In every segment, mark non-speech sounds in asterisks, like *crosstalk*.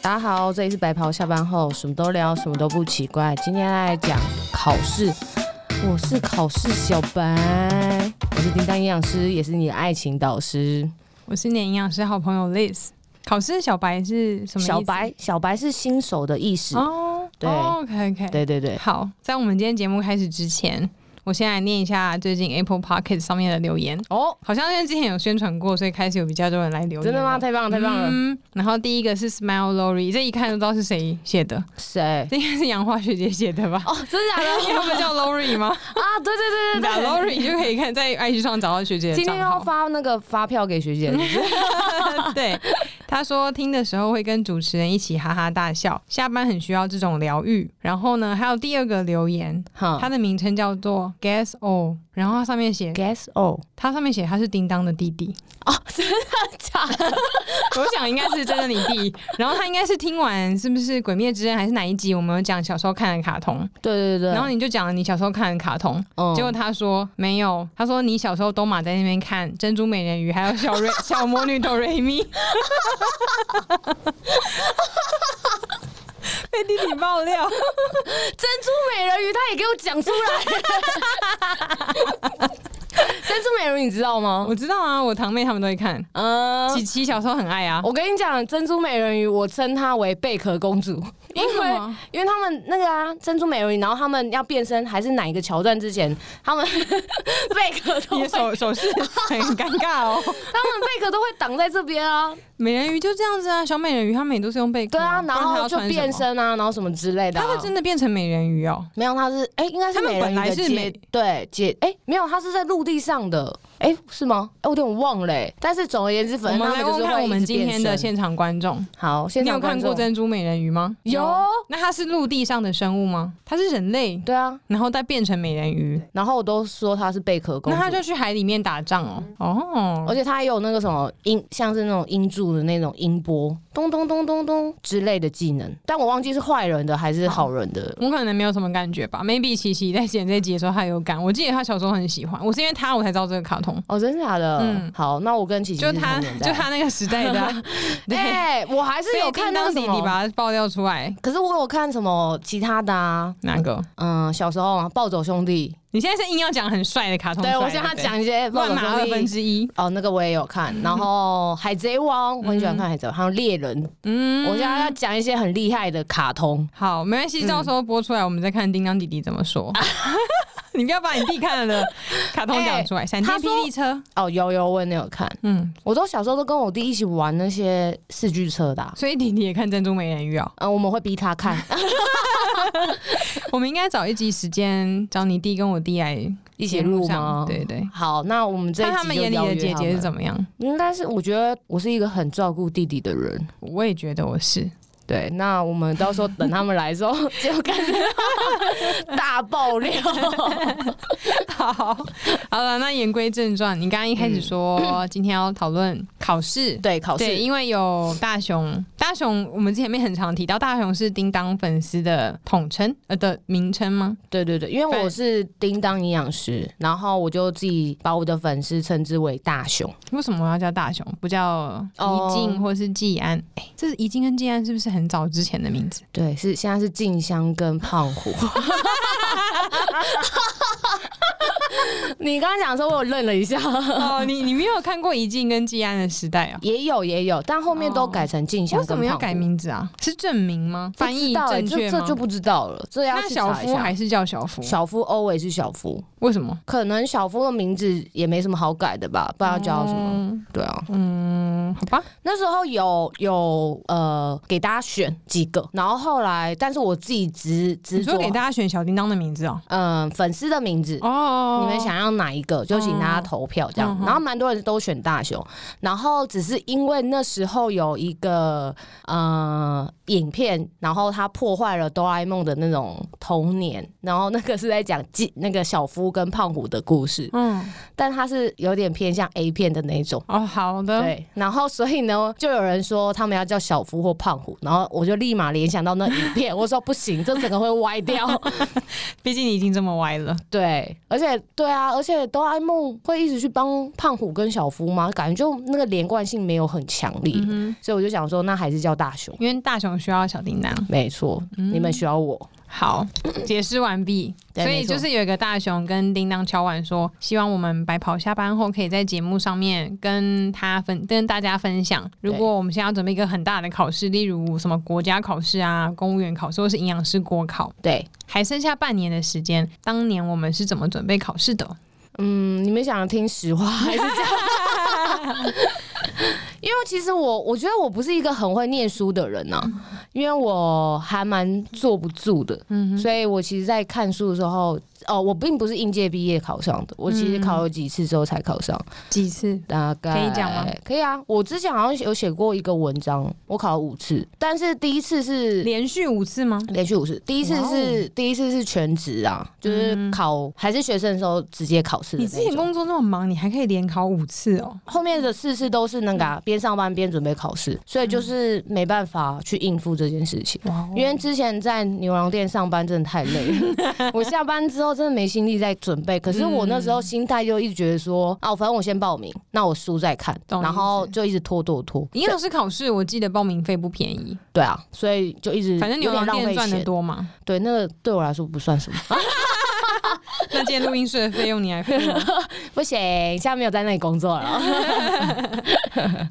大家好，这里是白袍下班后，什么都聊，什么都不奇怪。今天来讲考试，我是考试小白，我是叮当营养师，也是你的爱情导师。我是你的营养师好朋友 Liz。考试小白是什么意思？小白，小白是新手的意思。哦，对 o k OK。对对对，好，在我们今天节目开始之前，我先来念一下最近 Apple Pocket 上面的留言。哦，好像因为之前有宣传过，所以开始有比较多人来留真言。的吗？？太棒了，太棒了！嗯，然后第一个是 Smile Lori，这一看就知道是谁写的，谁？这应该是杨花学姐写的吧？哦，真的假 *laughs* 因为他们的？叫 Lori 吗？ *laughs* 啊，对 *laughs* 对对打对对。 Lori 就可以看在 IG 上找到学姐的今天账要号。发那个发票给学姐，是不是 *laughs* 对，他说听的时候会跟主持人一起哈哈大笑，下班很需要这种疗愈。然后呢，还有第二个留言，哈它的名称叫做 Guess All，然后它上面写， ，Guess all，它上面写他是叮当的弟弟，假哦的我想应该是真的你弟。然后他应该是听完是不是《鬼灭之刃》还是哪一集，我们有讲小时候看的卡通， *laughs* 对对对。然后你就讲了你小时候看的卡通，嗯结果他说没有，他说你小时候都马在那边看《珍珠美人鱼》，还有小瑞小魔女哆瑞咪， *laughs* 被弟弟爆料，珍珠美人鱼，他也给我讲出 *laughs* 来。珍珠美人鱼，你知道吗？我知道啊，我堂妹他们都会看，嗯、琪琪小时候很爱啊，我跟你讲，珍珠美人鱼，我称她为贝壳公主，因为什为么因为他们那个啊，珍珠美人鱼，然后他们要变身还是哪一个桥段之前，他 *laughs* 们贝壳都你的会，手手势很尴尬哦。他们贝壳都会挡在这边啊， *laughs* 美人鱼就这样子啊，小美人鱼他们也都是用贝壳对啊，啊，不然她要后就穿什么变，身啊，然后什么之类的、啊。他会真的变成美人鱼哦。没有，他是哎、应该是他们美人鱼本来的是姐美对姐哎、没有，他是在陆地上的哎、是吗？哎、我有点忘了、哎但是总而言之，我反们正他来们问就是看会我们一直今变天的身现场观众，好，现你有场看观过众珍珠美人鱼吗？有 *laughs* 那它是陆地上的生物吗？它是人类，对啊，然后再变成美人鱼，然后我都说他是贝壳公那主，它就去海里面打仗哦。嗯哦，而且他也有那个什么音，像是那种音柱的那种音波，咚咚咚咚咚之类的技能，但我忘记是坏人的还是好人的。我可能没有什么感觉吧。Maybe 琪琪在剪这集的时候，她有感。我记得她小时候很喜欢，我是因为她我才知道这个卡通，哦，真的假的？嗯好，那我跟琪琪就是她同年代就她那个时代的啊、*laughs* 对，哎、我还是所以有看叮那个当什弟么弟把它爆料出来。可是我有看什么其他的啊？哪个？嗯，小时候啊，暴走兄弟，你现在是硬要讲很帅的卡通帅？对我向他不讲一些暴乱走码二兄分弟。之一。哦，那个我也有看，然后《海贼王》我很喜欢看《海贼王》，还有《猎人》。嗯，我现在要讲一些很厉害的卡通。好，没关系，嗯到时候播出来，我们再看叮当弟弟怎么说。 *laughs* 你不要把你弟看了的卡通讲出 *laughs* 来，闪电他说霹雳车》。哦，有有，我也有看。嗯，我都小时候都跟我弟一起玩那些四驱车的啊、所以弟弟也看《珍珠美人 *laughs* 鱼》哦。嗯，我们会逼他看， *laughs* 我们应该找一集时间找你弟跟我弟来一起节目录上吗？对。对。好，那我们这一看集他们就眼里邀的约姐他姐是们怎么样？应该是我觉得我是一个很照顾弟弟的人。我也觉得 *laughs* 我是。对，那我们到时候等他们来的时 *laughs* 候，就开始大爆料。好，好了，那言归正传，你刚刚一开始说、嗯今天要讨论考试， *laughs* 对，考试对，因为有大雄，大雄我们之前面很常提到，大雄是叮当粉丝的统称呃的名称吗？对对对，因为我对是叮当营养师，然后我就自己把我的粉丝称之为大熊。为什么要叫大雄，不叫哦怡静或是季安？哎、这是怡静跟季安是不是很早之前的 *laughs* 名字？对，是现在是静香跟胖虎。 *laughs* 你刚刚讲的时候，我有愣了一下，哦，你你没有看过怡静跟季安的时代啊？也有也有，但后面都改成静香哦为跟胖什虎。么要改？名字啊？是证明吗？不翻知译道欸正确这吗？这就不知道了，这要那去小查一夫下。还是叫小夫？小夫 always 是小夫，为什么？可能小夫的名字也没什么好改的吧，不知道叫什么。嗯对啊，嗯，好吧，那时候有有呃给大家选几个，然后后来，但是我自己执你执着说给大家选小叮当的名字哦。嗯，粉丝的名字。哦，你们想要哪一个，就请大家投票这样嗯。嗯然后蛮多人都选大雄，然后只是因为那时候有一个呃影片，然后它破坏了哆啦 A 梦的那种童年，然后那个是在讲记那个小夫跟胖虎的故事，嗯，但它是有点偏向 A 片的那一种。哦，好的，对，然后所以呢，就有人说他们要叫小夫或胖虎，然后我就立马联想到那影片， *laughs* 我说不行，这整个会歪 *laughs* 掉。毕竟你已经这么歪了，对，而且对啊，而且哆啦 A 梦会一直去帮胖虎跟小夫吗？感觉就那个连贯性没有很强烈，嗯哼，所以我就想说，那还是叫大雄。因为大雄需要小叮当。没错，你嗯们需要我。好，解释完毕。对所以没错就是有一个大雄跟叮当敲碗说，希望我们白跑下班后可以在节目上面跟他分跟大家分享。如果我们现在要准备一个很大的考试，例如什么国家考试啊、公务员考试或是营养师国考，对，还剩下半年的时间，当年我们是怎么准备考试的？嗯，你们想听实 *laughs* 话还是这样？因为其实我我觉得我不是一个很会念书的人呐、啊因为我还蛮坐不住的，嗯所以我其实，在看书的时候，哦，我并不是应届毕业考上的，我其实考了几次之后才考上，几次？大概可以讲吗？可以啊，我之前好像有写过一个文章，我考了五次，但是第一次是连续五次吗？连续五次，第一次哇是、哦嗯第一次是全职啊，就是考、还是学生的时候直接考试的你那之前种。工作那么忙，你还可以连考五次哦。后面的四次都是那个嗯啊边、上班边准备考试，所以就是没办法去应付这件事情。哇哦，因为之前在牛郎店上班真的太累 *laughs* 了，我下班之后真的没心力在准备。可是我那嗯时候心态就一直觉得说，啊，反正我先报名，那我书再看，懂意思然后就一直拖拖拖。营养老师考试，我记得报名费不便宜，对啊，所以就一直反正牛有点浪郎店费赚的钱。*laughs* 多嘛。对，那个对我来说不算 *laughs* 什么，那间录音室的费用你 *laughs* 来付吗？不行，现在没有在那里工作 *laughs* 了。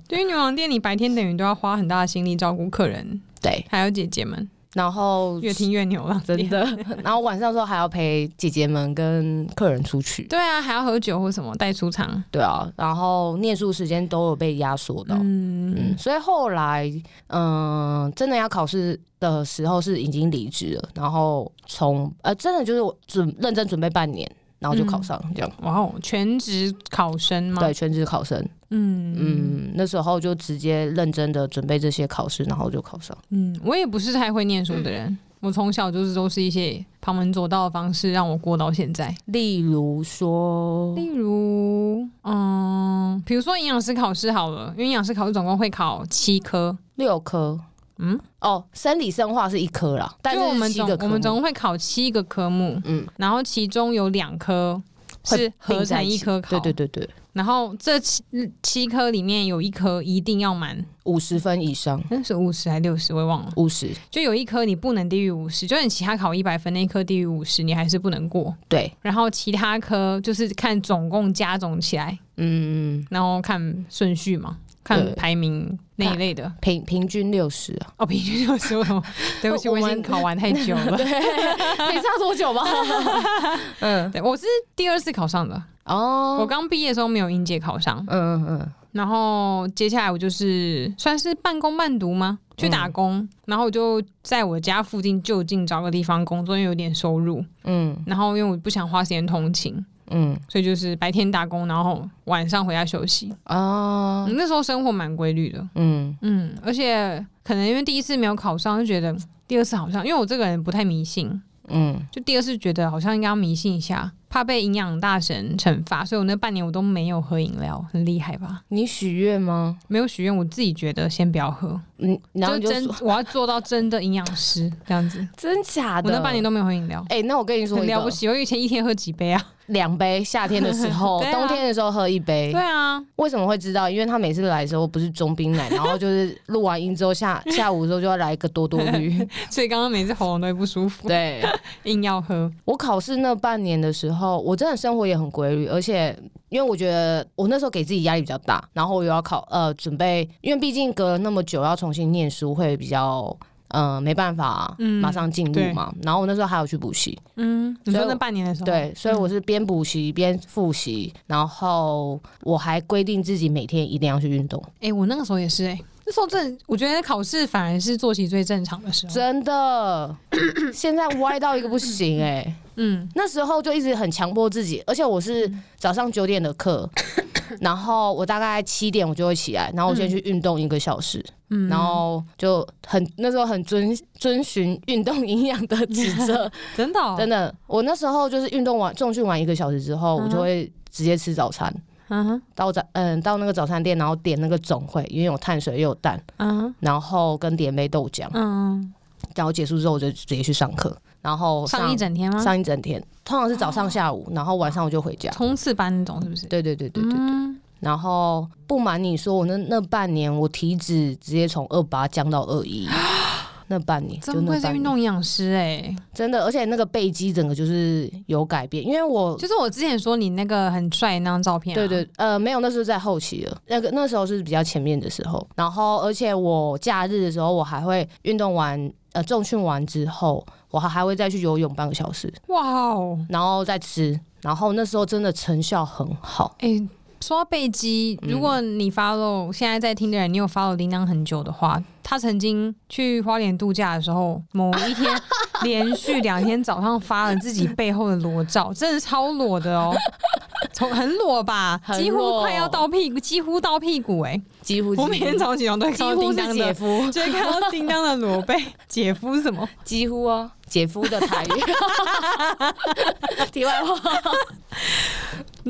对于牛郎店，你白天等于都要花很大的心力照顾客人，对，还有姐姐们，然 *laughs* 后越听越牛郎真店。 *laughs* 的，然后晚上的时候还要陪姐姐们跟客人出去。对啊，还要喝酒或什么带出场。对啊，然后念书时间都有被压缩到。嗯，嗯，所以后来，嗯、真的要考试的时候是已经离职了，然后从呃，真的就是我准认真准备半年，然后就考上、这样。哇哦，全职考生吗？对，，全职考生，嗯嗯嗯，那时候就直接认真的准备这些考试，然后就考上。嗯，我也不是太会念书的人，我从小就是都是一些旁门左道的方式让我过到现在。例如说，例如，嗯，比如说营养师考试好了，因为营养师考试总共会考七科，六科，嗯，哦，生理生化是一科啦，但就我是们七总个科我们总目共会考七个科目，嗯，然后其中有两科会是合并在成一起科考，对对对对，然后这七嗯七科里面有一科一定要满，五十分以上，那是五十还六十，我也忘了。五十，就有一科你不能低于五十，就你其他考一百分那一科低于五十，你还是不能过。对，然后其他科就是看总共加总起来，嗯，然后看顺序嘛，看对排名那一类的。平平均六十啊。哦，平均六十，我 *laughs* 对不起，我我已们经考完太 *laughs* 久了。没差多久吧？嗯，对，我是第二次考上的， *laughs* 哦，我刚毕业的时候没有应届考上，嗯嗯然后接下来我就是算是半工半读吗？去打工，然后我就在我家附近就近找个地方工作，因为有点收入。嗯然后因为我不想花时间通勤，嗯所以就是白天打工，然后晚上回家休息。嗯啊，那时候生活蛮规律的，嗯嗯，而且可能因为第一次没有考上，就觉得第二次好像，因为我这个人不太迷信，嗯就第二次觉得好像应该要迷信一下，怕被营养大神惩罚，所以我那半年我都没有喝饮料，很厉害吧？你许愿吗？没有许愿，我自己觉得先不要喝。嗯，然后你就就真说，我要做到真的营养师这样 *laughs* 子。真假我的？那半年都没有喝饮料，哎，那我跟你说很一了不个，起。我以前一天喝几 *laughs* 杯啊？两杯，夏天的时 *laughs* 候，对啊冬天的时候喝一杯对。啊，为什么会知道？因为他每次来的时候不是中冰奶，然后就是录完音之后下下午的时候就要来一个多多 *laughs* 绿。所以刚刚每次喉咙都会不舒服，对，硬要喝。我考试那半年的时候，我真的生活也很规律，而且因为我觉得我那时候给自己压力比较大，然后我又要考呃准备，因为毕竟隔了那么久要重新念书，会比较呃没办法嗯马上进入嘛。然后我那时候还有去补习，嗯，你所以说我那半年的时候，对，所以我是边补习边复习，然后我还规定自己每天一定要去运动，哎、我那个时候也是哎、那时候正，我觉得考试反而是作息最正常的时候。真的，现在歪到一个不行哎、嗯， *laughs* 那时候就一直很强迫自己，而且我是早上九点的课，然后我大概七点我就会起来，然后我先去运动一个小时，嗯然后就很那时候很遵遵循运动营养的指责，真的 *laughs* 哦真的，我那时候就是运动完重训完一个小时之后，我就会直接吃早餐。嗯哼到早嗯，到那个早餐店，然后点那个总会，因为有碳水又有蛋，嗯哼然后跟点杯豆浆，嗯，然后结束之后我就直接去上课，然后上一整天吗？上一整天，通常是早上下哦午，然后晚上我就回家。冲刺班那种是不是？对对对对对。哦嗯，然后不瞒你说，我那那半年我体脂直接从二八降到二 *gasps* 一，那半年就真那不愧是半运年，动营养师哎，真的，而且那个背肌整个就是有改变，因为我就是我之前说你那个很帅的那张照片啊，对对，呃，没有，那时候在后期了，那个那时候是比较前面的时候。然后，而且我假日的时候，我还会运动完，呃，重训完之后，我还还会再去游泳半个小时，哇哦，然后再吃。然后那时候真的成效很好，哎、说到贝基，如果嗯你 follow、现在在听的人，你有 follow 叮当很久的话，他曾经去花莲度假的时候，某 *laughs* 一天连续两天早上发了自己背后的裸照，真的超裸的哦，从很裸吧，很几乎裸快要到屁股，几乎到屁股哎、几乎我每天早上起床都会几看到乎叮是当姐的。夫，就会看到叮当的裸背，姐夫 *laughs* 什么？几乎哦，姐夫的台语。 *laughs* 题外话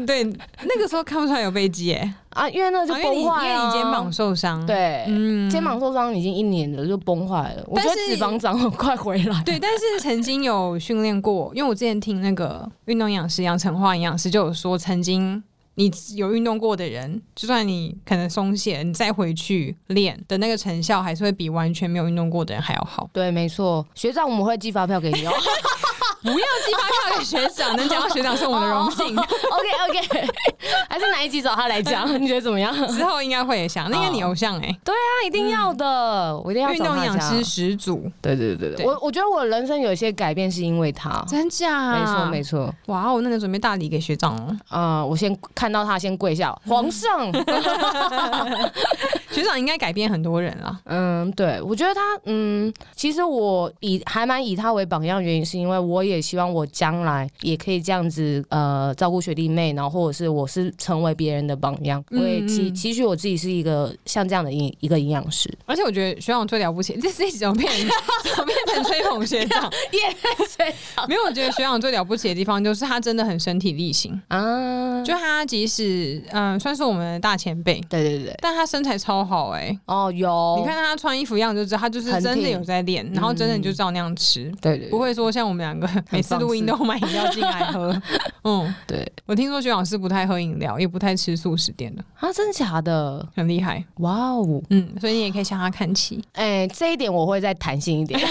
对，那个时候看不出来有背肌哎，啊，因为那就啊因为崩你因坏为了、你肩膀受伤，对。嗯肩膀受伤已经一年了，就崩坏了。我觉但得是脂肪长很快回来。。对，但是曾经有训练过，因为我之前听那个运动营养师杨成化营养师就有说，曾经你有运动过的人，就算你可能松懈，你再回去练的那个成效，还是会比完全没有运动过的人还要好对，没错，学长，我们会寄发票给 *laughs* 你哦。不要激发票给学长，能讲到学长是我们的荣幸。哦 OK OK，还 *laughs* 是哪一集找他来 *laughs* 讲？你觉得怎么样？之后应该会想，那个你偶像哎、那一定要的，嗯我哦一定要运动营养师。始祖，对对对对我我觉得我人生有一些改变是因为他。真啊假？没错没错，错。哇哦，那能准备大礼给学长哦。啊、我先看到他先跪下，皇上。学长应该改变很多人啦。嗯，对，我觉得他，嗯，其实我以还蛮以他为榜样，原因是因为我也希望我将来也可以这样子，呃，照顾学弟妹，然后或者是我是成为别人的榜样，我也嗯期嗯期许我自己是一个像这样的营一个营养 *laughs* 师。而且我觉得学长最了不起，这这怎么变怎么变成吹捧学长？ *laughs* 没有，我觉得学长最了不起的地方就是他真的很身体力行，啊，就他即使嗯、呃算是我们的大前辈，对对对，但他身材超好哎、哦，有，你看，他穿衣服样就知道，他就是很真的挺有在练，然后真的嗯就照那样吃，对对不会说像我们两个每次放录音肆都买饮料进来 *laughs* 喝。嗯，对我听说学长是不太喝饮料，也不太吃素食店的，啊，真假的，很厉害。哇哦，嗯，所以你也可以向他看齐，哎，这一点我会再弹性 *laughs* 一点，因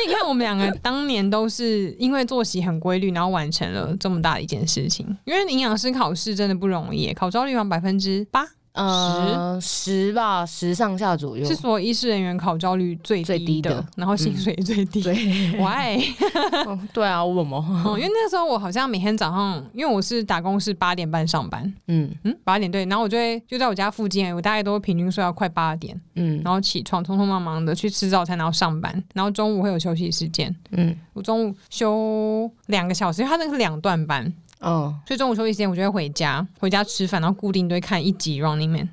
为你看我们两个当年都是因为作息很规律，然后完成了这么大的一件事情。因为营养师考试真的不容易耶，考招率好像百分之八，呃，十吧，十上下左右是，所有医师人员考招率最最低低的，的然后薪水最低。嗯 *laughs* 对， Why？ *laughs* 嗯对啊，我吗？哦，因为那时候我好像每天早上，因为我是打工是八点半上班，嗯嗯，八点对，然后我就会就在我家附近，哎我大概都会平均睡到快八点，嗯然后起床匆匆忙忙的去吃早餐，然后上班，然后中午会有休息时间，嗯我中午休两个小时，因为它那个是两段班，哦，所以中午休息时间我就会回家，回家吃饭，然后固定都会看一集 Running Man，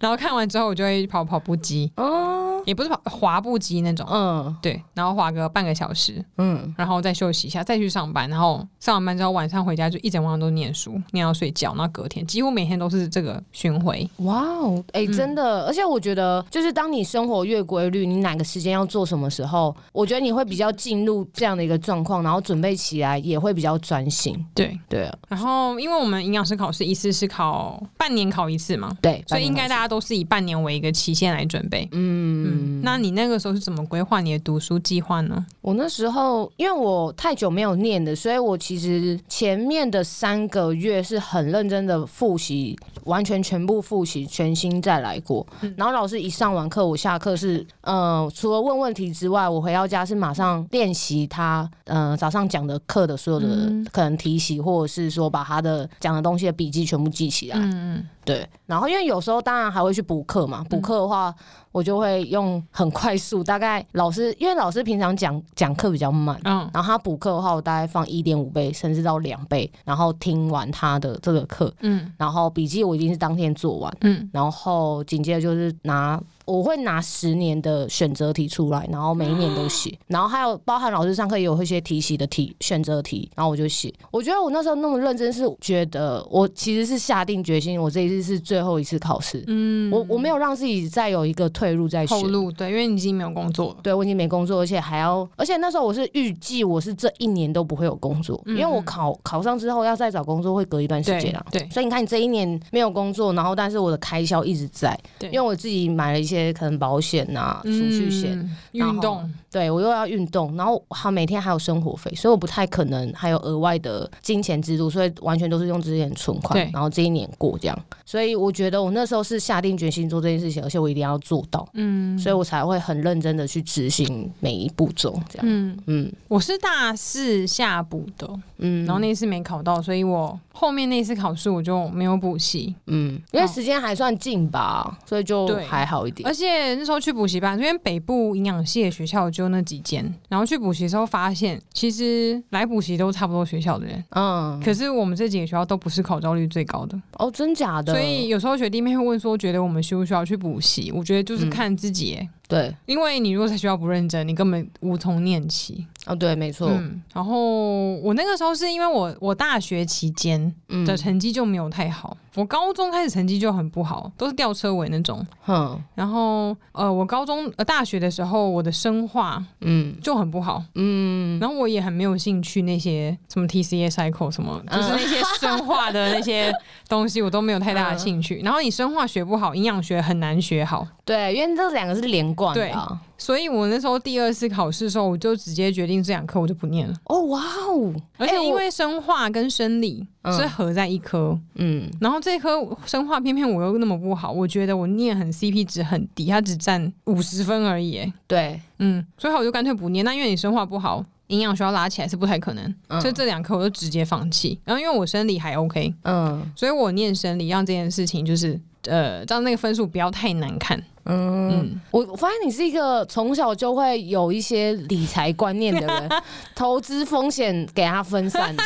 然后看完之后我就会跑跑步机，哦，也不是跑滑步机那种，嗯对，然后滑个半个小时，嗯，然后再休息一下，再去上班，然后上完班之后晚上回家就一整晚上都念书，念到睡觉，然后隔天几乎每天都是这个巡回。哇哦，哎，真的，而且我觉得，就是当你生活越规律，你哪个时间要做什么时候，我觉得你会比较进入这样的一个状况，然后准备起来也会比较专心，对，对啊，然后因为我们营养师考试一次是考半年考一次嘛，对，所以应该大家，家都是以半年为一个期限来准备。嗯。嗯，那你那个时候是怎么规划你的读书计划呢？我那时候因为我太久没有念了，所以我其实前面的三个月是很认真的复习，完全全部复习，全心再来过。然后老师一上完课，我下课是呃，除了问问题之外，我回到家是马上练习他呃早上讲的课的所有的、嗯可能题习，或者是说把他的讲的东西的笔记全部记起来。嗯，对，然后因为有时候当然还会去补课嘛，补课的话我就会用很快速，大概老师因为老师平常讲讲课比较慢，嗯，然后他补课的话我大概放一点五倍甚至到两倍，然后听完他的这个课，嗯然后笔记我一定是当天做完，嗯，然后紧接着就是拿，我会拿十年的选择题出来，然后每一年都写，然后还有包含老师上课也有一些题型的题选择题，然后我就写。我觉得我那时候那么认真，是觉得我其实是下定决心，我这一次是最后一次考试，嗯我我没有让自己再有一个退路再选后。路，对，因为你已经没有工作了，对，我已经没工作，而且还要，而且那时候我是预计我是这一年都不会有工作，因为我嗯嗯考考上之后要再找工作会隔一段时间对啊。对，所以你看，你这一年没有工作，然后但是我的开销一直在，对因为我自己买了一些可能保险啊、储蓄险，嗯然后运动，对我又要运动，然后还每天还有生活费，所以我不太可能还有额外的金钱支出，所以完全都是用之前的存款对，然后这一年过这样。所以我觉得我那时候是下定决心做这件事情，而且我一定要做到，嗯，所以我才会很认真的去执行每一步骤这样。嗯，嗯我是大四下补的，嗯，然后那次没考到，所以我后面那次考试我就没有补习，嗯，因为时间还算近吧，所以就哦对还好一点。而且那时候去补习班，因为北部营养系的学校就那几间，然后去补习的时候发现，其实来补习都差不多学校的人。嗯，可是我们这几个学校都不是考照率最高的，哦，真假的？所以有时候学弟妹会问说，觉得我们需不需要去补习？我觉得就是看自己耶、对，因为你如果在学校不认真，你根本无从念起。哦，对，没错，嗯，然后我那个时候是因为我我大学期间嗯的成绩就没有太好，我高中开始成绩就很不好，都是吊车尾那种。哼，然后呃，我高中呃大学的时候，我的生化嗯就很不好，嗯，然后我也很没有兴趣那些什么 TCA cycle 什么，嗯就是那些生化的那些东西，我都没有太大嗯的兴趣。然后你生化学不好，营养学很难学好。对，因为这两个是连贯的啊、所以我那时候第二次考试的时候，我就直接决定这两科我就不念了，哦，哇哦，而哎且我因为生化跟生理嗯是合在一科，嗯，然后这科生化偏偏我又那么不好，我觉得我念很 CP 值很低，它只占五十分而已。哎对，嗯，所以我就干脆不念。那因为你生化不好，营养学要拉起来是不太可能，嗯所以这两科我就直接放弃。然后因为我生理还 OK，嗯所以我念生理让这件事情就是呃，让那个分数不要太难看。嗯，嗯，我我发现你是一个从小就会有一些理财观念的 *laughs* 人，投资风险给他分散的，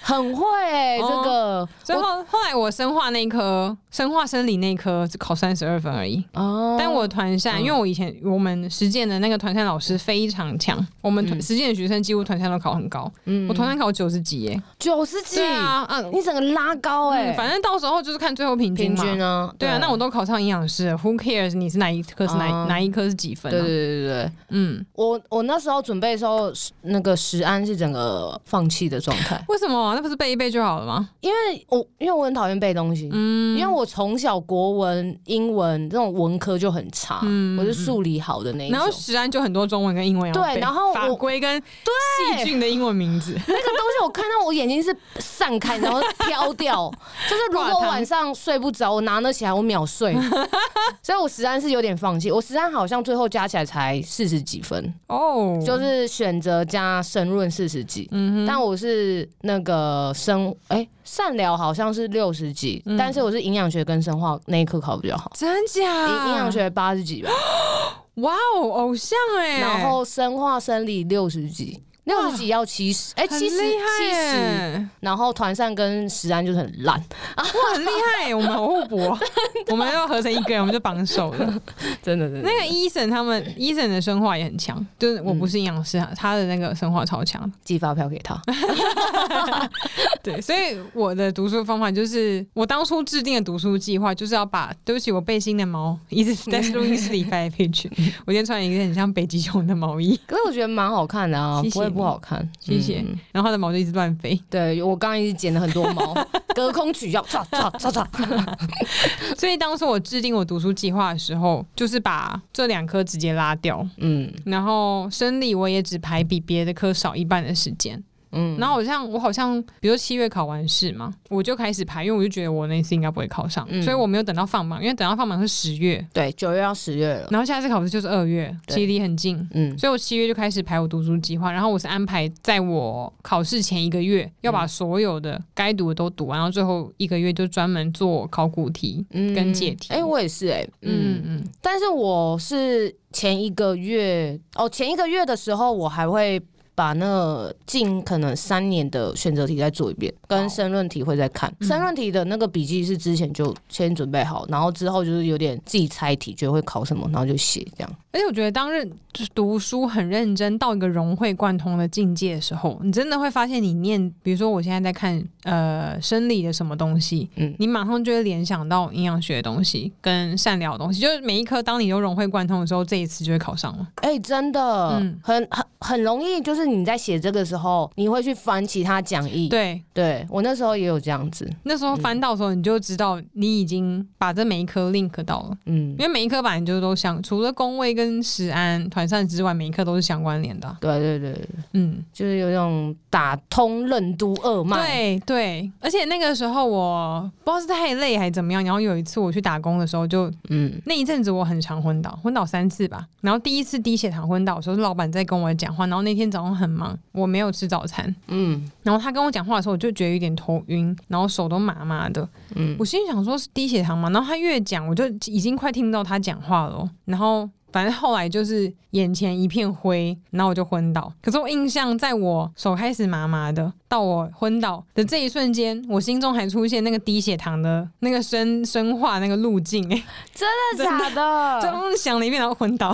很会、欸、哦这个所以后后来我生化那一科，生化生理那一科只考三十二分而已。哦，但我团扇，因为我以前我们实践的那个团扇老师非常强，我们嗯团实践的学生几乎团扇都考很高，我团扇考九十几耶，九十几对，啊，嗯，你整个拉高哎、嗯反正到时候就是看最后平均平嘛。均哦呢？对啊，那我都考上营养师了，Who cares？你是哪一科是哪一、嗯哪一科是几分、对啊？对对对对，嗯，我我那时候准备的时候，那个食安是整个放弃的状态。为什么啊、那不是背一背就好了吗？因为我因为我很讨厌背东西，嗯，因为我从小国文、英文这种文科就很差，嗯我是数理好的那一种然。后实安就很多中文跟英文要对背然后法我规跟细菌的英文 *laughs* 名字，那个东西我看到我眼睛是散开， *laughs* 然后飘 *laughs* 掉。就是如果我晚上睡不着，我拿那起来我秒睡。 *laughs* 所以我实在是有点放弃。我实在好像最后加起来才四十几分，哦，就是选择加申论四十几。嗯哼，但我是那个生哎、善疗好像是六十几，嗯但是我是营养学跟生化那一科考比较好。真假营营养，学八十几吧，哇哦，偶像哎、然后生化生理六十几，六十几要七十，哎，很七十厉害七十，耶然后团扇跟实安就是很烂， *laughs* 哇，很厉害耶！我们好互补哦，我们要合成一个人，我们就榜首了。 *laughs* 真的真那个医生他们，医生的生化也很强，就是我嗯不是营养师啊，他的那个生化超 *laughs* 强。寄发票给他，对，所以我的读书方法就是，我当初制定的读书计划就是要把，对不起，我背心的毛一直在录音室里翻来飞去。嗯 *laughs* 我今天穿了一个很像北极熊的毛衣，可是我觉得蛮好看的啊 *laughs* 谢，谢不会不好看，谢谢。嗯。然后他的毛就一直乱飞，对我刚刚一直剪了很多 *laughs* 毛，隔空取药，唰唰唰唰， *laughs* 所以当时我制定我读书计划的时候，就是把这两科直接拉掉。嗯然后生理我也只排比别的科少一半的时间，嗯，然后我像我好像，比如说七月考完试嘛，我就开始排，因为我就觉得我那次应该不会考上，嗯所以我没有等到放榜，因为等到放榜是十月，对，九月要十月了，然后下次考试就是二月，对其实离很近。嗯所以我七月就开始排我读书计划，然后我是安排在我考试前一个月要把所有的该读的都读完，然后最后一个月就专门做考古题。嗯跟解题哎、我也是哎、嗯嗯嗯，但是我是前一个月哦，前一个月的时候，我还会把那近可能三年的选择题再做一遍，跟申论题会再看。嗯申论题的那个笔记是之前就先准备好，然后之后就是有点自己猜题，觉得会考什么，然后就写这样。而且我觉得当认就是读书很认真到一个融会贯通的境界的时候，你真的会发现，你念，比如说我现在在看呃生理的什么东西，嗯你马上就会联想到营养学的东西跟善良的东西，就是每一科当你都融会贯通的时候，这一次就会考上了。哎、真的，嗯很很很容易，就是你在写这个时候，你会去翻其他讲义。对，对我那时候也有这样子，那时候翻到的时候，你就知道你已经把这每一科 link 到了，嗯因，为每一科版就都相，除了工位跟食安、团膳之外，每一科都是相关联的啊、对对对，嗯，就是有一种打通任督二脉。对对，而且那个时候我不知道是太累还是怎么样，然后有一次我去打工的时候就，嗯，那一阵子我很常昏倒，昏倒三次吧。然后第一次低血糖昏倒的时候，是老板在跟我讲话，然后那天早上很忙，我没有吃早餐，嗯然后他跟我讲话的时候，我就觉得有点头晕，然后手都麻麻的。嗯我心里想说是低血糖嘛，然后他越讲，我就已经快听不到他讲话了哦。然后反正后来就是眼前一片灰，然后我就昏倒。可是我印象，在我手开始麻麻的到我昏倒的这一瞬间，我心中还出现那个低血糖的那个生生化那个路径，哎、真的假的？就嗯想了一遍，然后昏倒，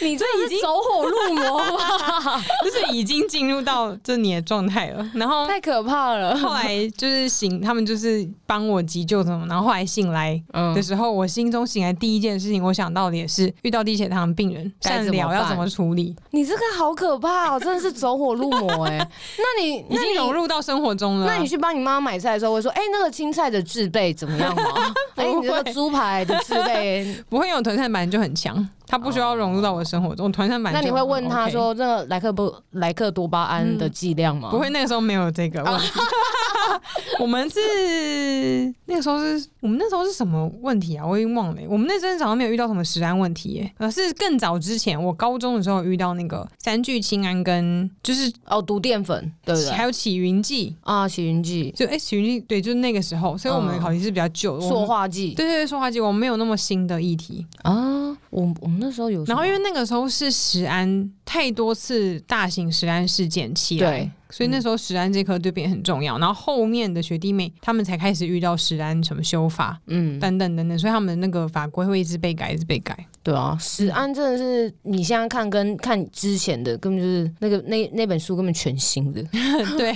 你这已经是走火入魔吧？就是已经进入到这你的状态了。然 *laughs* 后太可怕 *laughs* 了。后来就是醒，他们就是帮我急救什么，然后后来醒来嗯的时候，我心中醒来第一件事情，我想到的也是遇到低血糖的病人，该善怎么疗要办怎么处理，你这个好可怕哦，真的是走火入魔 *laughs* 哎、那你已那经融你入到生活中了啊。那你去帮你妈妈买菜的时候，会说哎、那个青菜的制备怎么样 *laughs* 吗？哎、你这个猪排的制备，不会用团扇板就很强，他不需要融入到我的生活中。团扇板那你就会很问他 OK 嗯说这个莱克多莱克多巴胺的剂量吗？不会，那个时候没有这哦个问题。我 *laughs* 们是那个时候是我们那时候是什么问题啊？我已经忘了耶。我们那阵子好像没有遇到什么食安问题耶，而是更早之前，我高中的时候有遇到那个三聚氰胺跟就是哦，毒淀粉对不对？还有起云剂，啊，起云剂、就哎、起云剂对，就是那个时候，所以我们的考题是比较旧的。嗯我塑们化剂对对对，说话机我们没有那么新的议题。啊，我我们那时候有什么，然后因为那个时候是食安太多次大型食安事件起来对，所以那时候食安这科对别人很重要。然后后面的学弟妹他们才开始遇到食安什么修法嗯，等等等等，所以他们的那个法规会一直被改，一直被改。对啊，食安真的是你现在看跟看之前的根本就是那个那那本书根本全新的， *laughs* 对，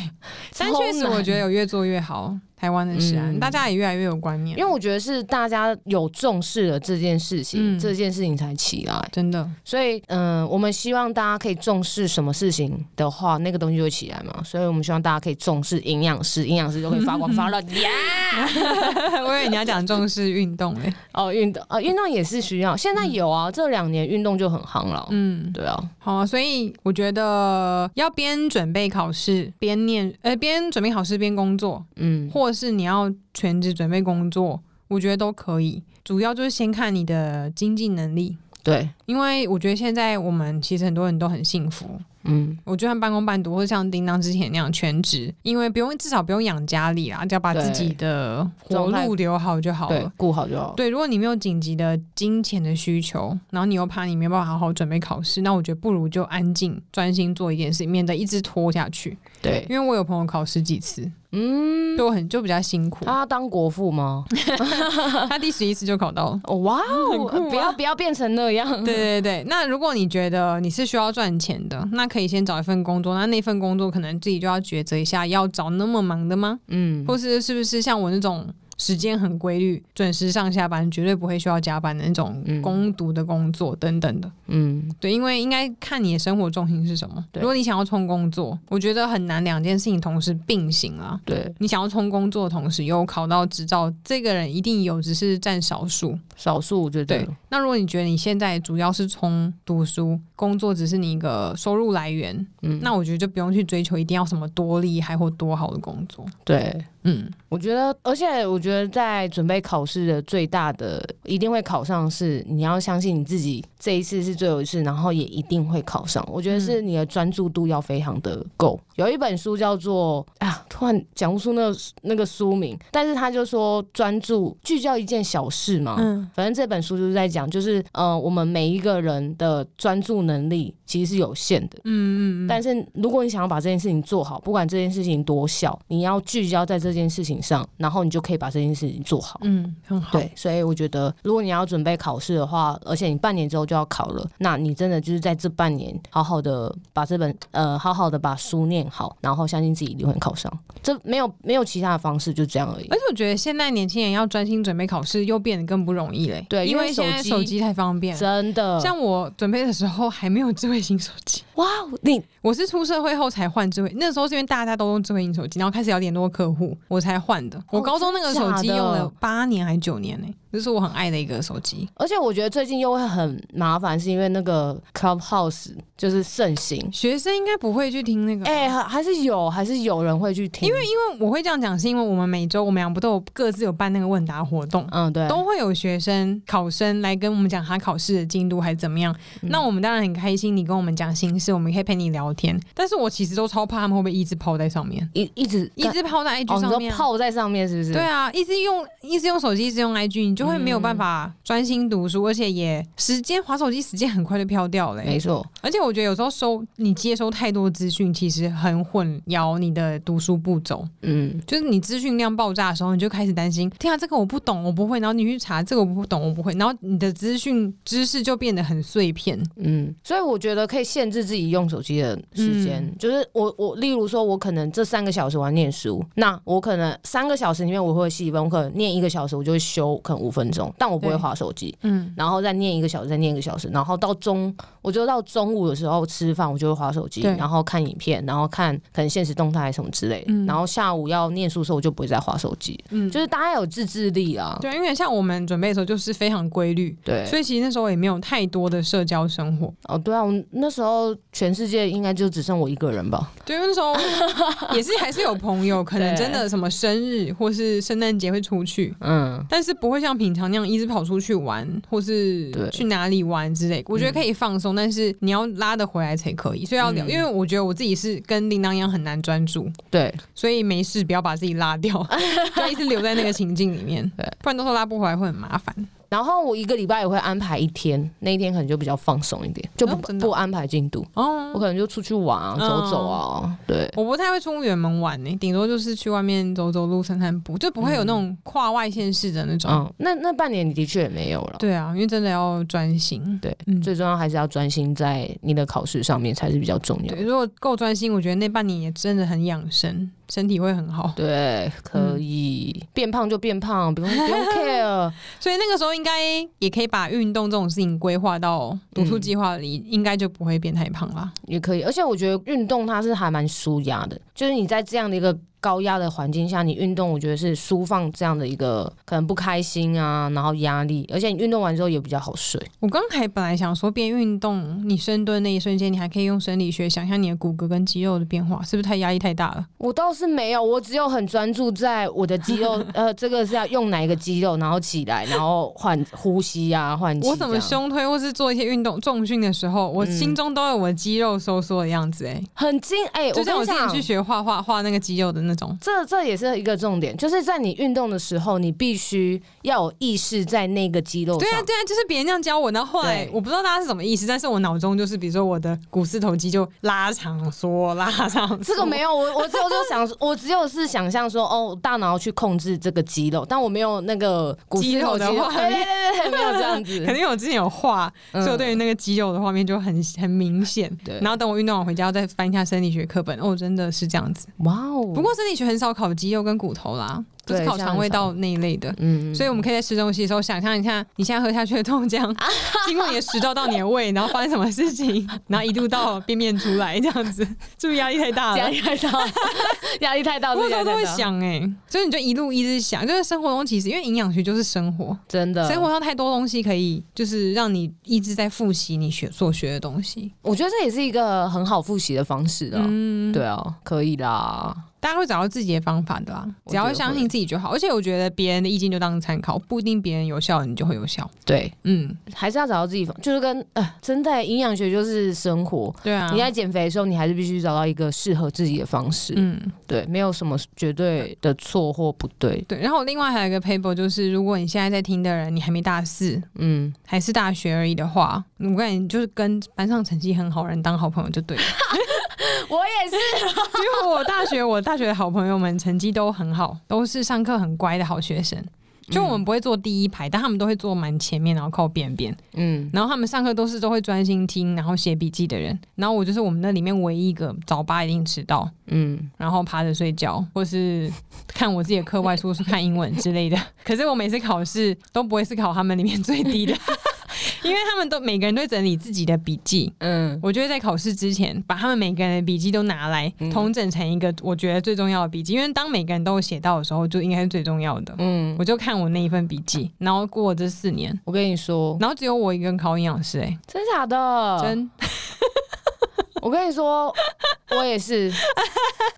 但确 *laughs* 实超难我觉得有越做越好，台湾的食安、嗯大家也越来越有观念因为，我觉得是大家有重视了这件事情，嗯这件事情才起来。真的所以，嗯、我们希望大家可以重视什么事情的话，那个东西就会起来嘛。所以我们希望大家可以重视营养师，营养师就会发光发 *laughs* 热。呀 *laughs* 我以为你要讲重视运动嘞、哦，运动啊，运动也是需要，现在有啊，这两年运动就很夯了。 *laughs* 嗯。对啊，好啊，所以我觉得要边准备考试边念，呃，边准备考试边工作，嗯，或是你要全职准备工作，我觉得都可以。主要就是先看你的经济能力，对，因为我觉得现在我们其实很多人都很幸福。嗯，我就算半工半读，或者像叮当之前那样全职，因为不用至少不用养家里啦，只要把对自己的活状态路留好就好对了。，顾好就好。对，如果你没有紧急的金钱的需求，然后你又怕你没有办法好好准备考试，那我觉得不如就安静专心做一件事情，免得一直拖下去。对，因为我有朋友考十几次，嗯，就很就比较辛苦。他要当国父吗？他第十一次就考到了。 *laughs* 哦，哇很哦酷啊，不要不要变成那样。对对对，那如果你觉得你是需要赚钱的，那可以先找一份工作。那那份工作可能自己就要抉择一下，要找那么忙的吗？嗯，或是是不是像我那种时间很规律、准时上下班、绝对不会需要加班的那种嗯攻读的工作等等的？嗯，对，因为应该看你的生活重心是什么。对如果你想要冲工作，我觉得很难两件事情同时并行啊。对，你想要冲工作的同时又考到执照，这个人一定有，只是占少数。少数我觉得对，那如果你觉得你现在主要是从读书、工作只是你一个收入来源，嗯那我觉得就不用去追求一定要什么多厉害或多好的工作。对。嗯，我觉得，而且我觉得，在准备考试的最大的一定会考上是，你要相信你自己这一次是最后一次，然后也一定会考上。我觉得是你的专注度要非常的够。有一本书叫做啊，突然讲不出那个那个书名，但是他就说专注聚焦一件小事嘛，嗯反正这本书就是在讲，就是呃，我们每一个人的专注能力其实是有限的。嗯嗯嗯，但是如果你想要把这件事情做好，不管这件事情多小，你要聚焦在这件事情上，然后你就可以把这件事情做好。嗯很好。对，所以我觉得，如果你要准备考试的话，而且你半年之后就要考了，那你真的就是在这半年好好的把这本呃好好的把书念好，然后相信自己一定会考上。这没有没有其他的方式，就这样而已而。且我觉得现在年轻人要专心准备考试，又变得更不容易嘞。对因因为为手现在机手机太方便了。真的，像我准备的时候还没有智慧型手机，哇，你我是出社会后才换智慧，那时候是因为大家都用智慧型手机，然后开始要联络客户，我才换的。我高中那个手机哦真的假的用了八年还九年呢、这是我很爱的一个手机。而且我觉得最近又会很麻烦，是因为那个 Clubhouse 就是盛行，学生应该不会去听那个，哎、还还是有，还是有人会去听，因为啊因为我会这样讲，是因为我们每周我们俩不都有各自有办那个问答活动。嗯，对，都会有学生、考生来跟我们讲他考试的进度还是怎么样。嗯那我们当然很开心，你跟我们讲心事，我们可以陪你聊天。但是我其实都超怕他们会不会一直泡在上面，一一直一直泡在 IG 哦，你上说面啊、泡在上面是不是？对啊，一直用一直用手机，一直用 IG，你就会没有办嗯法专心读书，而且也时间划手机时间很快就飘掉了欸、没错，而且我觉得有时候收你接收太多资讯，其实很混淆你的读书步骤。嗯，就是你资讯量爆炸的时候，你就开始担心，天啊，这个我不懂，我不会。然后你去查这个我不懂，我不会。然后你的资讯知识就变得很碎片。嗯，所以我觉得可以限制自己用手机的时间，嗯就是我我例如说，我可能这三个小时我要念书，那我可能三个小时里面我会细分，我可能念一个小时我就会休，可能五分钟，但我不会对划手机。嗯，然后再念一个小时，再念一个小时，然后到中，我就到中午的时候吃饭，我就会划手机，对然后看影片，然后看可能现实动态什么之类的。嗯然后下午要念书的时候，我就不会再划手机。嗯就是大家有自制力啊，对，因为像我们准备的时候就是非常规律，对，所以其实那时候也没有太多的社交生活。哦，对啊，我那时候全世界应该就只剩我一个人吧。对，因为那 *laughs* 时候也是还是有朋友，可能对真的什么生日或是圣诞节会出去，嗯，但是不会像平常那样一直跑出去玩，或是对去哪里玩之类。我觉得可以放松，但是你要拉得回来才可以。所以要聊，嗯因为我觉得我自己是跟叮当一样很难专注，对，所以没事不要把自己拉掉， *laughs* 不要一直留在那个情境里面对，不然到时候拉不回来会很麻烦。然后我一个礼拜也会安排一天，那一天可能就比较放松一点，就不、哦真的不安排进度，我哦，可能就出去玩啊，走走啊，对。我不太会出远门玩呢、顶多就是去外面走走路、散散步，就不会有那种跨外县市的那种。嗯，那那半年你的确也没有了，对啊，因为真的要专心。对嗯，最重要还是要专心在你的考试上面才是比较重要。对，如果够专心，我觉得那半年也真的很养生，身体会很好。对，可以、嗯变胖就变胖， *laughs* 不用不用 care。所以那个时候应该也可以把运动这种事情规划到读书计划里，应该就不会变太胖啦。也可以，而且我觉得运动它是还蛮舒压的，就是你在这样的一个高压的环境下，你运动我觉得是舒放这样的一个可能不开心啊，然后压力，而且你运动完之后也比较好睡。我刚才本来想说，边运动你深蹲那一瞬间，你还可以用生理学想象你的骨骼跟肌肉的变化，是不是太压力太大了？我倒是没有，我只有很专注在我的肌 *laughs* 肉，呃，这个是要用哪一个肌肉，然后起来，然后换呼吸啊，换气。我怎么？胸推或是做一些运动重训的时候，我心中都有我肌肉收缩的样子、欸，哎、很精哎、就我跟像我你之前讲去。学画画，画那个肌肉的那种。这这也是一个重点，就是在你运动的时候，你必须要有意识在那个肌肉上。对啊，对啊，就是别人这样教我，然后后来对我不知道大家是什么意思，但是我脑中就是，比如说我的股四头肌就拉长缩，拉长缩， *laughs* 这个没有，我我只有 *laughs* 就想，我只有是想象说，哦，大脑去控制这个肌肉，但我没有那个股肌四肉头的肉画对面对对对，没有这样子 *laughs* 可。能因为我之前有画，嗯所以我对于那个肌肉的画面就很很明显。对然后等我运动完回家，再翻一下生理学课本，哦，真的是这样子。哇哦，不过生理学很少考肌肉跟骨头啦，就是对烤这样肠胃很道那一类的。嗯，所以我们可以在吃东西的时候想象一下，你现在喝下去的豆 *laughs* 浆经过你的食道到你的胃，然后发生什么事情，然后一路到便便出来这样子，是不是压力太大压了？力太大， *laughs* 压力太大，啊我有时候真的都会压力太大，想哎、所以你就一路一直想，就是生活中其实因为营养学就是生活，真的生活上太多东西可以就是让你一直在复习你学所学的东西。我觉得这也是一个很好复习的方式啦。对啊，可以啦。大家会找到自己的方法的啦，我只觉得要相信自己就好。而且我觉得别人的意见就当参考，不一定别人有效，你就会有效。对，嗯，还是要找到自己方，就是跟呃，真的营养学就是生活。对啊你，在减肥的时候，你还是必须找到一个适合自己的方式。嗯，对，没有什么绝对的错或不对。对。然后另外还有一个 paper 就是，如果你现在在听的人，你还没大四，嗯，还是大学而已的话，我感觉你就是跟班上成绩很好的人当好朋友就对了。我也是。因为我大学我大学的好朋友们成绩都很好，都是上课很乖的好学生。就我们不会坐第一排，但他们都会坐蛮前面，然后靠边边。嗯，然后他们上课都是都会专心听，然后写笔记的人。然后我就是我们那里面唯一一个早八一定迟到，嗯，然后趴着睡觉，或是看我自己的课外书是看英文之类的。可是我每次考试都不会是考他们里面最低的，因为他们都每个人都会整理自己的笔记。嗯，我就会在考试之前把他们每个人的笔记都拿来嗯统整成一个我觉得最重要的笔记，因为当每个人都有写到的时候，就应该是最重要的。嗯，我就看我那一份笔记，然后过了这四年，我跟你说，然后只有我一个人考营养师、欸，真假的？真 *laughs* 我跟你说，我也是，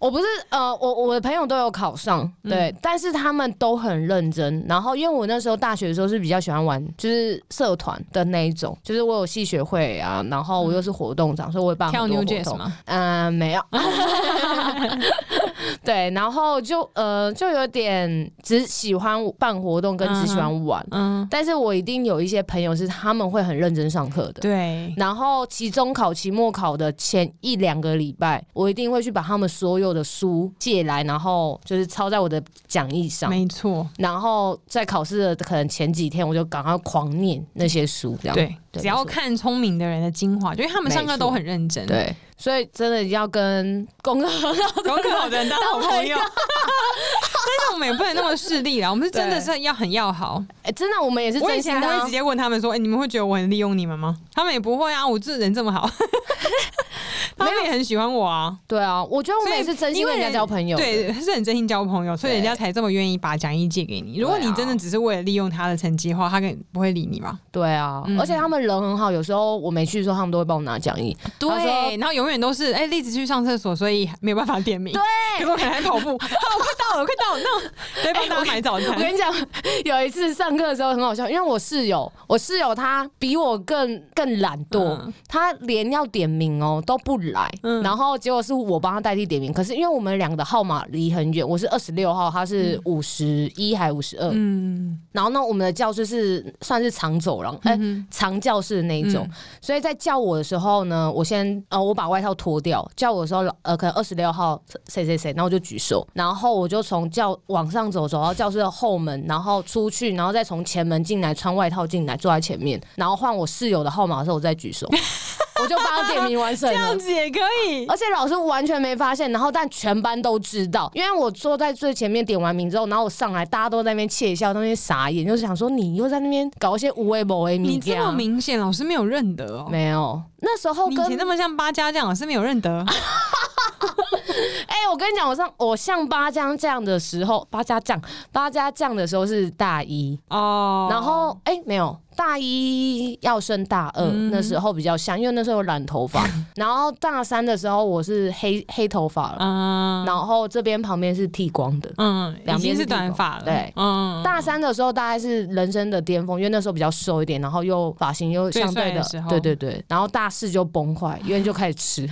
我不是呃，我我的朋友都有考上，嗯对，但是他们都很认真。然后因为我那时候大学的时候是比较喜欢玩，就是社团的那一种，就是我有系学会啊，然后我又是活动长，所以我会办跳很多 New 活 Jazz 动。嘛，嗯、没 *laughs* 有。对，然后就呃，就有点只喜欢办活动跟只喜欢玩，嗯，但是我一定有一些朋友是他们会很认真上课的。对，然后期中考、期末考的前一两个礼拜，我一定会去把他们所有的书借来，然后就是抄在我的讲义上。没错，然后在考试的可能前几天，我就赶快狂念那些书，这样对，对只要没错看聪明的人的精华，就因为他们上课都很认真，，对所以真的要跟功课很好的高 *laughs* 考的人当好朋 *laughs* 友。但是我们也不能那么势利啦，我们是真的对是要很要好。哎真的我们也是我以真心前的还会啊、直接问他们说：“哎、你们会觉得我很利用你们吗？”他们也不会啊，我这人这么好， *laughs* 他们也很喜欢我啊。对啊，我觉得我们也是真心跟人家交朋友的，对，是很真心交朋友，所以对人家才这么愿意把讲义借给你。如果对啊你真的只是为了利用他的成绩的话，他肯不会理你吧？对啊、嗯而且他们人很好，有时候我没去的时候，他们都会帮我拿讲义，他说对，然后永远都是哎，栗子去上厕所，所以没有办法点名。对，可是我还在跑步，啊，我 *laughs* 快到了，我快到了，那对，帮大家买早哎我餐。嗯跟你讲， *laughs* 有一次上课的时候很好笑，因为我室友，我室友他比我更更懒惰，嗯他连要点名哦都不来，嗯然后结果是我帮他代替点名，可是因为我们两个的号码离很远，我是二十六号，他是五十一还五十二，嗯，然后呢，我们的教室是算是长走廊，哎、嗯哼长教室的那一种，嗯所以在叫我的时候呢，我先呃，我把外套脱掉，叫我的时候，呃，可能二十六号谁谁谁，然后我就举手，然后我就从教往上走，走到教室的后门，然后出去，然后再从前门进来，穿外套进来，坐在前面，然后换我室友的号码的时候，我再举手， *laughs* 我就帮他点名完成 *laughs* 这了样。子也可以。而且老师完全没发现，然后但全班都知道，因为我坐在最前面点完名之后，然后我上来，大家都在那边窃笑，在那边傻眼，就是想说你又在那边搞一些无为某为你米这么明显，老师没有认得哦。没有？那时候你以前跟那么像八家这样，老师没有认得。 *laughs* 哎、我跟你讲，我上我像八家酱的时候，八家酱八家酱的时候是大一，哦，然后哎、没有。大一要升大二、嗯那时候比较像，因为那时候有染头 *laughs* 发，然后大三的时候我是黑黑头发了，嗯然后这边旁边是剃光的，嗯，两已经边是是地短方发了，对嗯，大三的时候大概是人生的巅峰，因为那时候比较瘦一点，然后又发型又相对最帅的的时候对对对，然后大四就崩坏，因为就开始吃，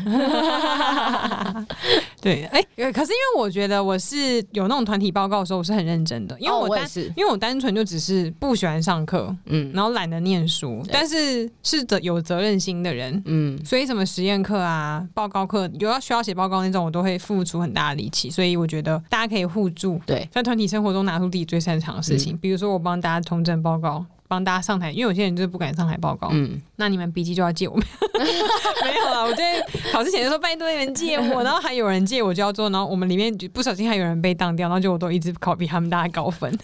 对，哎、可是因为我觉得我是有那种团体报告的时候，我是很认真的，因为哦我我单、也是，因为我单纯就只是不喜欢上课，嗯然后懒得念书，但是是责有责任心的人。嗯，所以什么实验课啊、报告课，有要需要写报告那种，我都会付出很大的力气。所以我觉得大家可以互助，对，嗯在团体生活中拿出自己最擅长的事情。比如说，我帮大家统整报告，帮大家上台，因为有些人就是不敢上台报告，嗯，那你们笔记就要借我们。 *laughs* 没有啦，我在考试前就说拜托你们借 *laughs* 我，然后还有人借我就要做，然后我们里面就不小心还有人被当掉，然后就我都一直考比他们大家高分。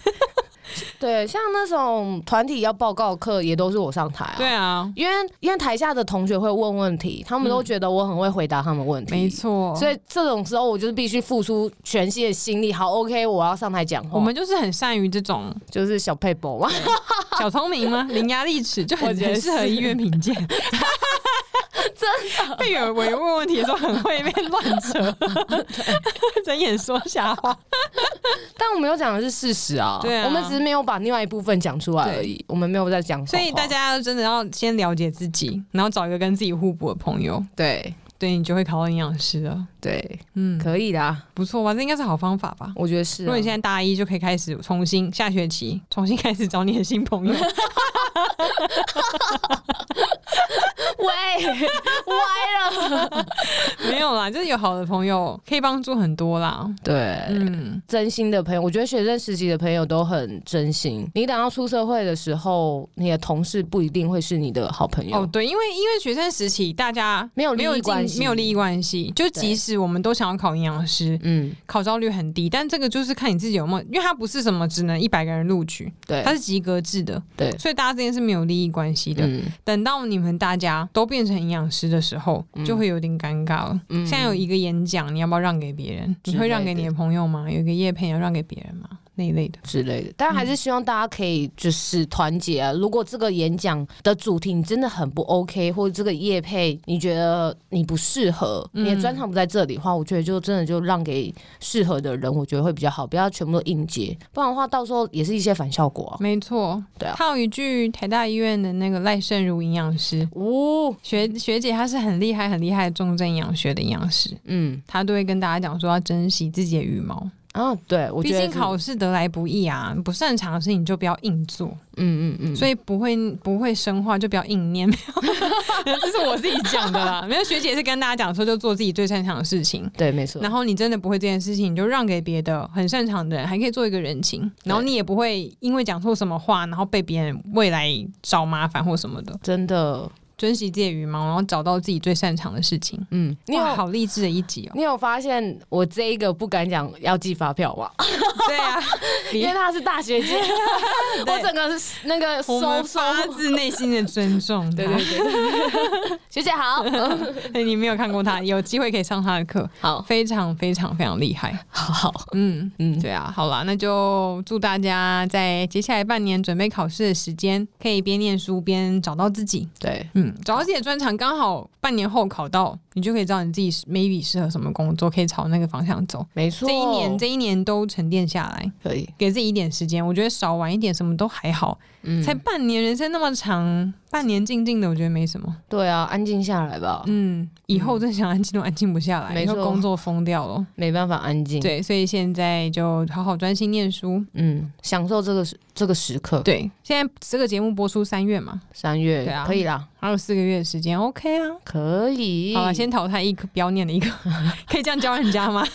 对，像那种团体要报告课，也都是我上台啊。对啊，因为因为台下的同学会问问题，他们都嗯觉得我很会回答他们问题，没错，所以以这种时候我就是必须付出全新的心力。好，OK，我要上台讲话，我们就是很善于这种就是小配博嘛。 *laughs* 小聪明吗？伶牙俐齿就我很觉得很适合是医院评鉴。 *laughs* 真的，被有委员问问题的时候很会被乱 *laughs* 扯，睁眼说瞎 *laughs* 话。 *laughs* 但我们有讲的是事实啊，对啊我们只是没有把另外一部分讲出来而已，我们没有在讲谎话。所以大家真的要先了解自己，然后找一个跟自己互补的朋友，对对你就会考到营养师了。对嗯，可以的啊，不错吧？这应该是好方法吧？我觉得是啊、如果你现在大一就可以开始重新下学期重新开始找你的新朋 *laughs* 友，喂 *laughs* 歪了，没有啦，就是有好的朋友可以帮助很多啦。对，嗯，真心的朋友，我觉得学生时期的朋友都很真心。你等到出社会的时候，你的同事不一定会是你的好朋友。哦对，因为因为学生时期大家没有利没益有竞关系没有利益关系，就即使我们都想要考营养师，嗯，考招率很低，但这个就是看你自己有没有，因为它不是什么只能一百个人录取，对它，是及格制的，对所以大家之间是没有利益关系的。嗯等到你们大家都变成营养师的时候，嗯就会有点尴尬了。嗯现在有一个演讲，你要不要让给别人？之类的你会让给你的朋友吗？有一个叶片要让给别人吗？那一类的。之类的，但还嗯是希望大家可以就是团结、啊。如果这个演讲的主题你真的很不 OK，或者这个业配你觉得你不适合，嗯你的专长不在这里的话，我觉得就真的就让给适合的人，我觉得会比较好，不要全部都硬接，不然的话到时候也是一些反效果、啊。没错，对啊他有一句台大医院的那个赖胜如营养师哦，学学姐，她是很厉害、很厉害的重症营养学的营养师，嗯她都会跟大家讲说要珍惜自己的羽毛，啊，对，我毕觉得竟是考试得来不易啊，不擅长的事情就不要硬做。嗯嗯嗯，所以不会不会生化就不要 *laughs* 硬念，没有， *laughs* 这是我自己讲的啦。没有学姐是跟大家讲说，就做自己最擅长的事情。对，没错然。后你真的不会这件事情，你就让给别的很擅长的人，还可以做一个人情。然后你也不会因为讲错什么话，然后被别人未来找麻烦或什么的。真的，珍惜自己的羽毛，然后找到自己最擅长的事情。嗯，你有哇，好励志的一 *laughs* 集哦！你有发现我这一个不敢讲要寄发票吗？对 *laughs* 啊，因为她是大学 *laughs* 姐，我对整个是那个我们收收，发自内心的尊重他。 *laughs* 对对对， *laughs* 学姐好，对， *laughs* 你没有看 *laughs* 过他，有机会可以上他的课， *laughs* 好，非常非常非常厉害。好好，嗯，嗯，对啊，好啦，那就祝大家在接下来半年准备考试的时间，可以边念书边找到自己，对，嗯，找到自己的专长，刚好半年后考到，你就可以知道你自己 maybe 适合什么工作，可以朝那个方向走。没错，这一年，这一年都沉淀下来，可以，给自己一点时间，我觉得少玩一点什么都还好，嗯，才半年，人生那么长，半年静静的，我觉得没什么。对啊，安静下来吧，嗯，以后真想安静都安静不下来，没以后错工作疯掉了。没办法安静，，对，所以现在就好好专心念书，嗯，享受这个时这个时刻，对，现在这个节目播出三月嘛，三月对啊可以啦，还有四个月的时间，OK 啊。可以。好了，啊先淘汰一个，不要念了一个， *laughs* 可以这样教人家吗？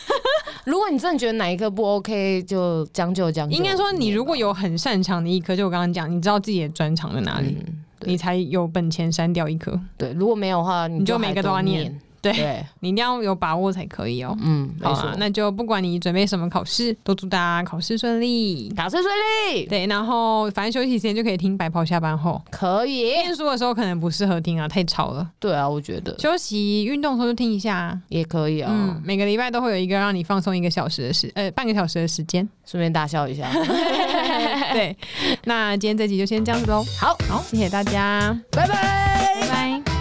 如果你真的觉得哪一个不 OK，就将就将就。应该说，你如果有很擅长的一科，就我刚刚讲，你知道自己的专长在哪里，嗯，对你才有本钱删掉一科。对，如果没有的话，你你就还每个都都要念念，对对，你一定要有把握才可以哦。嗯，没好错啊，。那就不管你准备什么考试，都祝大家考试顺利。打车顺利，对，然后反正休息时间就可以听白袍下班后。可以。念书的时候可能不适合听啊，太吵了。对啊，我觉得休息运动的时候就听一下、啊。也可以啊、嗯，每个礼拜都会有一个让你放松一个小时的时，呃，半个小时的时间。顺便大笑一下。对，那今天这集就先这样子喽。好，好，谢谢大家，拜拜拜。拜。